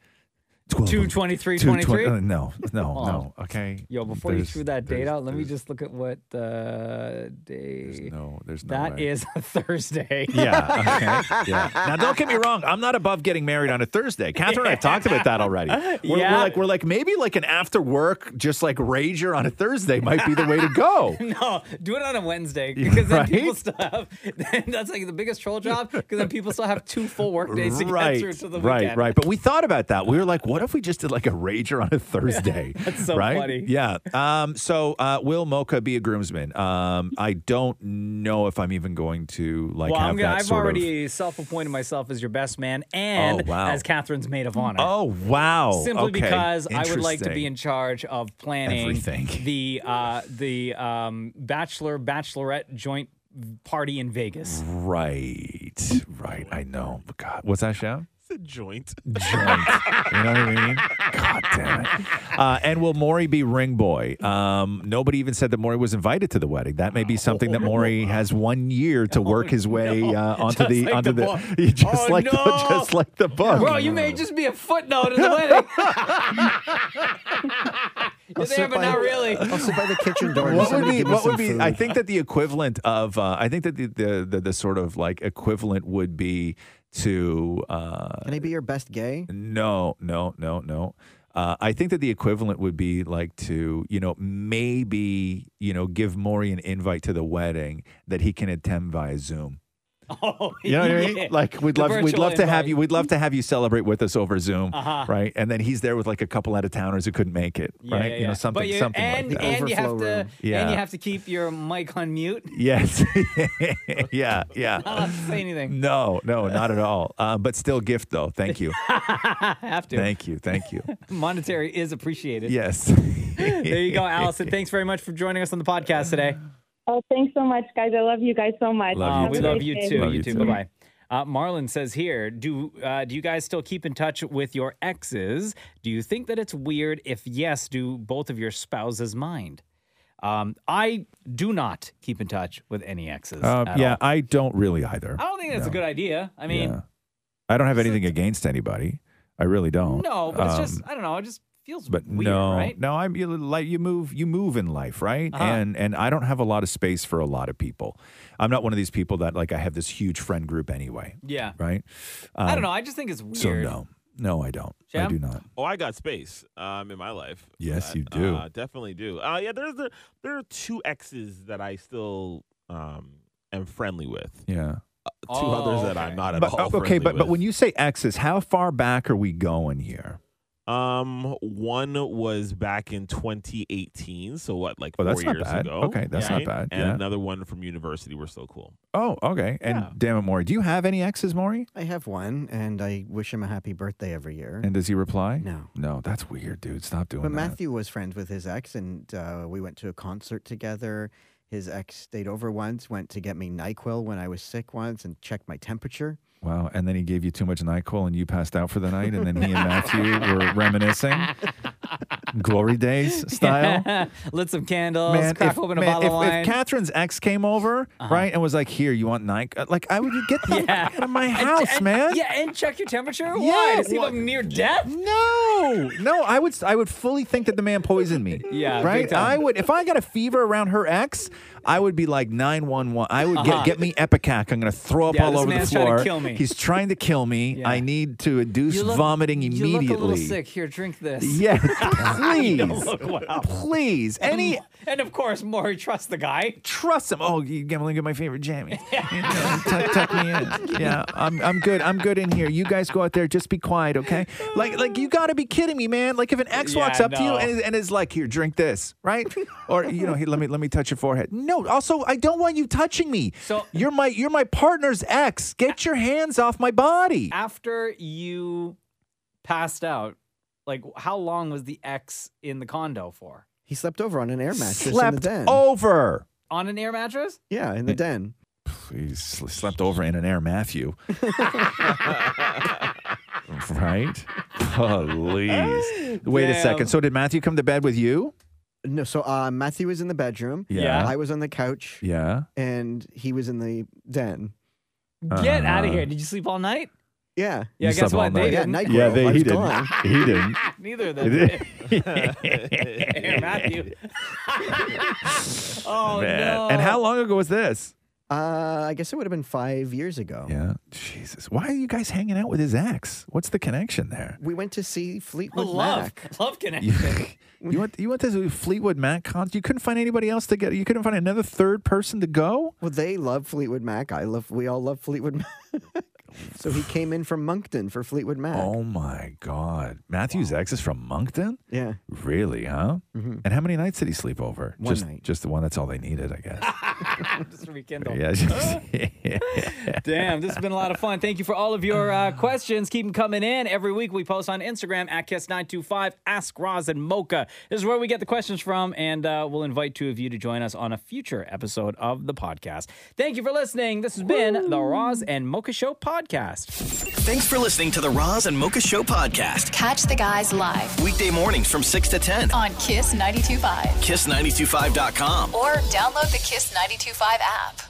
Speaker 4: 12
Speaker 2: Two twenty three
Speaker 4: Two
Speaker 2: twenty
Speaker 4: twen-
Speaker 2: three.
Speaker 4: uh, no, no,
Speaker 2: on.
Speaker 4: no. Okay.
Speaker 2: Yo, before
Speaker 4: There's-
Speaker 2: you threw that date
Speaker 4: there's-
Speaker 2: out, let me
Speaker 4: there's-
Speaker 2: just look at what uh,
Speaker 4: There's
Speaker 2: day.
Speaker 4: no. There's no.
Speaker 2: That
Speaker 4: way.
Speaker 2: is a Thursday.
Speaker 4: Yeah. Okay. yeah. Now, don't get me wrong. I'm not above getting married on a Thursday. Catherine and I talked about that already. We're,
Speaker 2: Yeah.
Speaker 4: we're like, we're like, maybe like an after work, just like rager on a Thursday might be the way to go.
Speaker 2: No, do it on a Wednesday because then
Speaker 4: Right?
Speaker 2: people still have. Then that's like the biggest troll job because then people still have two full work days to get
Speaker 4: Right,
Speaker 2: through to the
Speaker 4: right,
Speaker 2: weekend.
Speaker 4: right. But we thought about that. We were like, what if we just did like a rager on a Thursday?
Speaker 2: that's so
Speaker 4: right?
Speaker 2: funny.
Speaker 4: Yeah. Um, so uh, will Mocha be a groomsman? Um, I don't know if I'm even going to like
Speaker 2: well,
Speaker 4: have
Speaker 2: I'm gonna,
Speaker 4: that
Speaker 2: I've
Speaker 4: sort of.
Speaker 2: already self-appointed myself as your best man and
Speaker 4: Oh, wow.
Speaker 2: as Catherine's maid of honor.
Speaker 4: Oh wow!
Speaker 2: Simply
Speaker 4: Okay.
Speaker 2: because I would like to
Speaker 4: Interesting.
Speaker 2: be in charge of planning
Speaker 4: Everything.
Speaker 2: the uh, the um, bachelor bachelorette joint party in Vegas.
Speaker 4: Right, right. I know. But God, what's that shout?
Speaker 6: It's a joint.
Speaker 4: Joint. you know what I mean? God damn it. Uh, and will Maury be ring boy? Um, nobody even said that Maury was invited to the wedding. That may be something that Maury has one year to work his way uh, onto
Speaker 2: Just
Speaker 4: the
Speaker 2: like
Speaker 4: onto
Speaker 2: the
Speaker 4: the,
Speaker 2: book.
Speaker 4: just
Speaker 2: Oh,
Speaker 4: like the,
Speaker 2: no.
Speaker 4: just like the book.
Speaker 2: Bro, you may just be a footnote in the wedding. You're there,
Speaker 5: sit
Speaker 2: but
Speaker 5: by-
Speaker 2: not really.
Speaker 5: I'll sit by the kitchen door. and
Speaker 4: what would
Speaker 5: somebody
Speaker 4: be
Speaker 5: give me
Speaker 4: what
Speaker 5: some
Speaker 4: would be
Speaker 5: food.
Speaker 4: i think that the equivalent of uh, i think that the, the the the sort of like equivalent would be to uh
Speaker 5: Can I be your best gay?
Speaker 4: No, no, no, no. Uh, I think that the equivalent would be like to, you know, maybe, you know, give Maury an invite to the wedding that he can attend via Zoom.
Speaker 2: Oh,
Speaker 4: You know what I
Speaker 2: yeah.
Speaker 4: mean? Like we'd
Speaker 2: The
Speaker 4: love we'd
Speaker 2: virtual
Speaker 4: love to have
Speaker 2: invite.
Speaker 4: you we'd love to have you celebrate with us over Zoom,
Speaker 2: Uh-huh.
Speaker 4: right? And then he's there with like a couple out of towners who couldn't make it,
Speaker 2: Yeah,
Speaker 4: right?
Speaker 2: yeah,
Speaker 4: You know
Speaker 2: yeah.
Speaker 4: something
Speaker 2: But you-
Speaker 4: something
Speaker 2: and,
Speaker 4: like that.
Speaker 2: And you have
Speaker 5: Overflow
Speaker 2: to,
Speaker 5: room.
Speaker 4: Yeah.
Speaker 2: and you have to keep your mic on mute.
Speaker 4: yes. yeah,
Speaker 2: Not
Speaker 4: yeah.
Speaker 2: allowed to say anything.
Speaker 4: No, no, not at all. Uh, but still gift though. Thank you.
Speaker 2: have to.
Speaker 4: Thank you. Thank you.
Speaker 2: Monetary is appreciated.
Speaker 4: Yes.
Speaker 2: There you go, Allison. Thanks very much for joining us on the podcast today.
Speaker 7: Oh, thanks so much, guys. I love you guys so much.
Speaker 4: Love
Speaker 2: Uh,
Speaker 4: you
Speaker 7: Have a
Speaker 2: we
Speaker 4: too.
Speaker 7: great
Speaker 2: love you
Speaker 7: day.
Speaker 2: too.
Speaker 4: Love
Speaker 2: you,
Speaker 4: you
Speaker 2: too.
Speaker 4: too.
Speaker 2: Bye bye. Uh, Marlon says here, do uh, do you guys still keep in touch with your exes? Do you think that it's weird? If yes, do both of your spouses mind? Um, I do not keep in touch with any exes.
Speaker 4: Um,
Speaker 2: at
Speaker 4: yeah,
Speaker 2: all.
Speaker 4: I don't really either.
Speaker 2: I don't think that's a good idea. I mean,
Speaker 4: Yeah. I don't have anything against anybody. I really don't.
Speaker 2: No, but it's just
Speaker 4: Um,
Speaker 2: I don't know. It just feels
Speaker 4: But
Speaker 2: weird,
Speaker 4: no,
Speaker 2: right? Uh-huh.
Speaker 4: no, I'm you, like you move, you move in life, right? And and I don't have a lot of space for a lot of people. I'm not one of these people that like I have this huge friend group anyway,
Speaker 2: Yeah,
Speaker 4: right?
Speaker 2: I don't know. I just think it's weird.
Speaker 4: Um, So no, no, I don't. I
Speaker 2: Jam?
Speaker 4: do not.
Speaker 6: Oh, I got space um, in my life. for
Speaker 4: Yes,
Speaker 6: that.
Speaker 4: you do.
Speaker 6: Uh, definitely do. Uh, yeah, there's the, there are two exes that I still um, am friendly with. Two
Speaker 4: Yeah.
Speaker 6: others
Speaker 2: Oh,
Speaker 6: that
Speaker 2: okay.
Speaker 6: I'm not at
Speaker 4: But, uh,
Speaker 6: all.
Speaker 4: okay,
Speaker 6: friendly
Speaker 4: but but
Speaker 6: with.
Speaker 4: when you say exes, how far back are we going here?
Speaker 6: um, one was back in 2018. So what, like
Speaker 4: Oh,
Speaker 6: four
Speaker 4: that's not
Speaker 6: years
Speaker 4: bad.
Speaker 6: ago?
Speaker 4: Okay, that's not
Speaker 6: right?
Speaker 4: bad,
Speaker 6: And
Speaker 4: yeah.
Speaker 6: another one from university. We're still cool.
Speaker 4: Oh, okay. And
Speaker 6: Yeah.
Speaker 4: damn it, Maury, do you have any exes, Maury?
Speaker 5: I have one, and I wish him a happy birthday every year.
Speaker 4: And does he reply?
Speaker 5: No.
Speaker 4: No, that's weird, dude. Stop doing
Speaker 5: But
Speaker 4: that.
Speaker 5: Matthew was friends with his ex, and uh, we went to a concert together. His ex stayed over once, went to get me NyQuil when I was sick once, and checked my temperature.
Speaker 4: Wow. And then he gave you too much NyQuil and you passed out for the night. And then he and Matthew were reminiscing. Glory days style.
Speaker 2: Lit some candles, crack open a
Speaker 4: man,
Speaker 2: bottle
Speaker 4: if,
Speaker 2: of wine. Uh-huh.
Speaker 4: if Catherine's ex came over, right, and was like, here, you want NyQuil? Like, I would get the
Speaker 2: Yeah.
Speaker 4: fuck out of my
Speaker 2: And-
Speaker 4: house,
Speaker 2: and-
Speaker 4: man.
Speaker 2: Yeah, and check your temperature. Yeah, Why?
Speaker 4: Yeah,
Speaker 2: To see if
Speaker 4: what-
Speaker 2: I'm near death.
Speaker 4: No, no, I would, I would fully think that the man poisoned me.
Speaker 2: Yeah, big
Speaker 4: right.
Speaker 2: time.
Speaker 4: I would, if I got a fever around her ex, I would be like nine one one. I would
Speaker 2: Uh-huh.
Speaker 4: get get me Epicac. I'm gonna throw up
Speaker 2: Yeah,
Speaker 4: all
Speaker 2: this
Speaker 4: over
Speaker 2: man's
Speaker 4: the
Speaker 2: trying to
Speaker 4: floor.
Speaker 2: kill me.
Speaker 4: He's trying to kill me.
Speaker 2: Yeah.
Speaker 4: I need to induce
Speaker 2: You look-
Speaker 4: vomiting immediately.
Speaker 2: You look a little sick. Here, drink this.
Speaker 4: Yeah, please,
Speaker 2: Look, wow.
Speaker 4: please. Any
Speaker 2: And of course, Maury trusts the guy.
Speaker 4: trust him. Oh, you gambling at my favorite jammy. You know, tuck, tuck me in. Yeah, I'm, I'm good. I'm good in here. You guys go out there. Just be quiet, okay? Like, like you got to be kidding me, man. Like, if an ex
Speaker 2: Yeah,
Speaker 4: walks up to you
Speaker 2: no.
Speaker 4: and, is- and is like, "Here, drink this," right? Or you know, hey, let me let me touch your forehead. No. Also, I don't want you touching me.
Speaker 2: So-
Speaker 4: you're my you're my partner's ex. Get your hands off my body.
Speaker 2: After you passed out, like how long was the ex in the condo for?
Speaker 5: He slept over on an air mattress in
Speaker 4: Slept
Speaker 5: the den.
Speaker 4: over.
Speaker 2: On an air mattress?
Speaker 5: yeah, in the den.
Speaker 4: He sl- slept over in an air Matthew. right? Please. Wait a
Speaker 2: Damn.
Speaker 4: second. So did Matthew come to bed with you?
Speaker 5: No, so uh, Matthew was in the bedroom.
Speaker 4: Yeah.
Speaker 5: I was on the couch,
Speaker 4: Yeah.
Speaker 5: and he was in the den.
Speaker 2: Get out of
Speaker 4: Uh,
Speaker 2: here. Did you sleep all night? Yeah.
Speaker 4: You
Speaker 2: Yeah, guess
Speaker 4: slept all
Speaker 2: what? They
Speaker 4: night.
Speaker 5: Yeah,
Speaker 2: didn't.
Speaker 5: NyQuil.
Speaker 4: they-
Speaker 5: I
Speaker 4: he
Speaker 5: was
Speaker 4: didn't.
Speaker 5: gone.
Speaker 4: He didn't.
Speaker 2: Neither of them did. Air Matthew. oh, no.
Speaker 4: And how long ago was this?
Speaker 5: Uh, I guess it would have been five years ago.
Speaker 4: Yeah. Jesus. Why are you guys hanging out with his ex? What's the connection there?
Speaker 5: We went to see Fleetwood
Speaker 2: Love.
Speaker 5: Mac.
Speaker 2: Love connection.
Speaker 4: You, you went you went to Fleetwood Mac concert. You couldn't find anybody else to get. You couldn't find another third person to go.
Speaker 5: Well, they love Fleetwood Mac. I love. We all love Fleetwood Mac. so he came in from Moncton for Fleetwood Mac.
Speaker 4: Oh my God. Matthew's ex is from Moncton.
Speaker 5: Yeah.
Speaker 4: Really, huh? And how many nights did he sleep over?
Speaker 5: Mm-hmm. One
Speaker 4: just,
Speaker 5: night.
Speaker 4: Just the one. That's all they needed, I guess.
Speaker 2: Just rekindle.
Speaker 4: yeah. just-
Speaker 2: Damn, this has been a lot of fun. Thank you for all of your uh, questions. Keep them coming in. Every week we post on Instagram at Kiss925, Ask Roz and Mocha. This is where we get the questions from, and uh, we'll invite two of you to join us on a future episode of the podcast. Thank you for listening. This has been the Roz and Mocha Show podcast.
Speaker 1: Thanks for listening to the Roz and Mocha Show podcast.
Speaker 8: Catch the guys live
Speaker 1: Weekday mornings from 6 to 10.
Speaker 8: on Kiss 92.5
Speaker 1: Kiss925.com.
Speaker 8: or download the Kiss 92.5 app.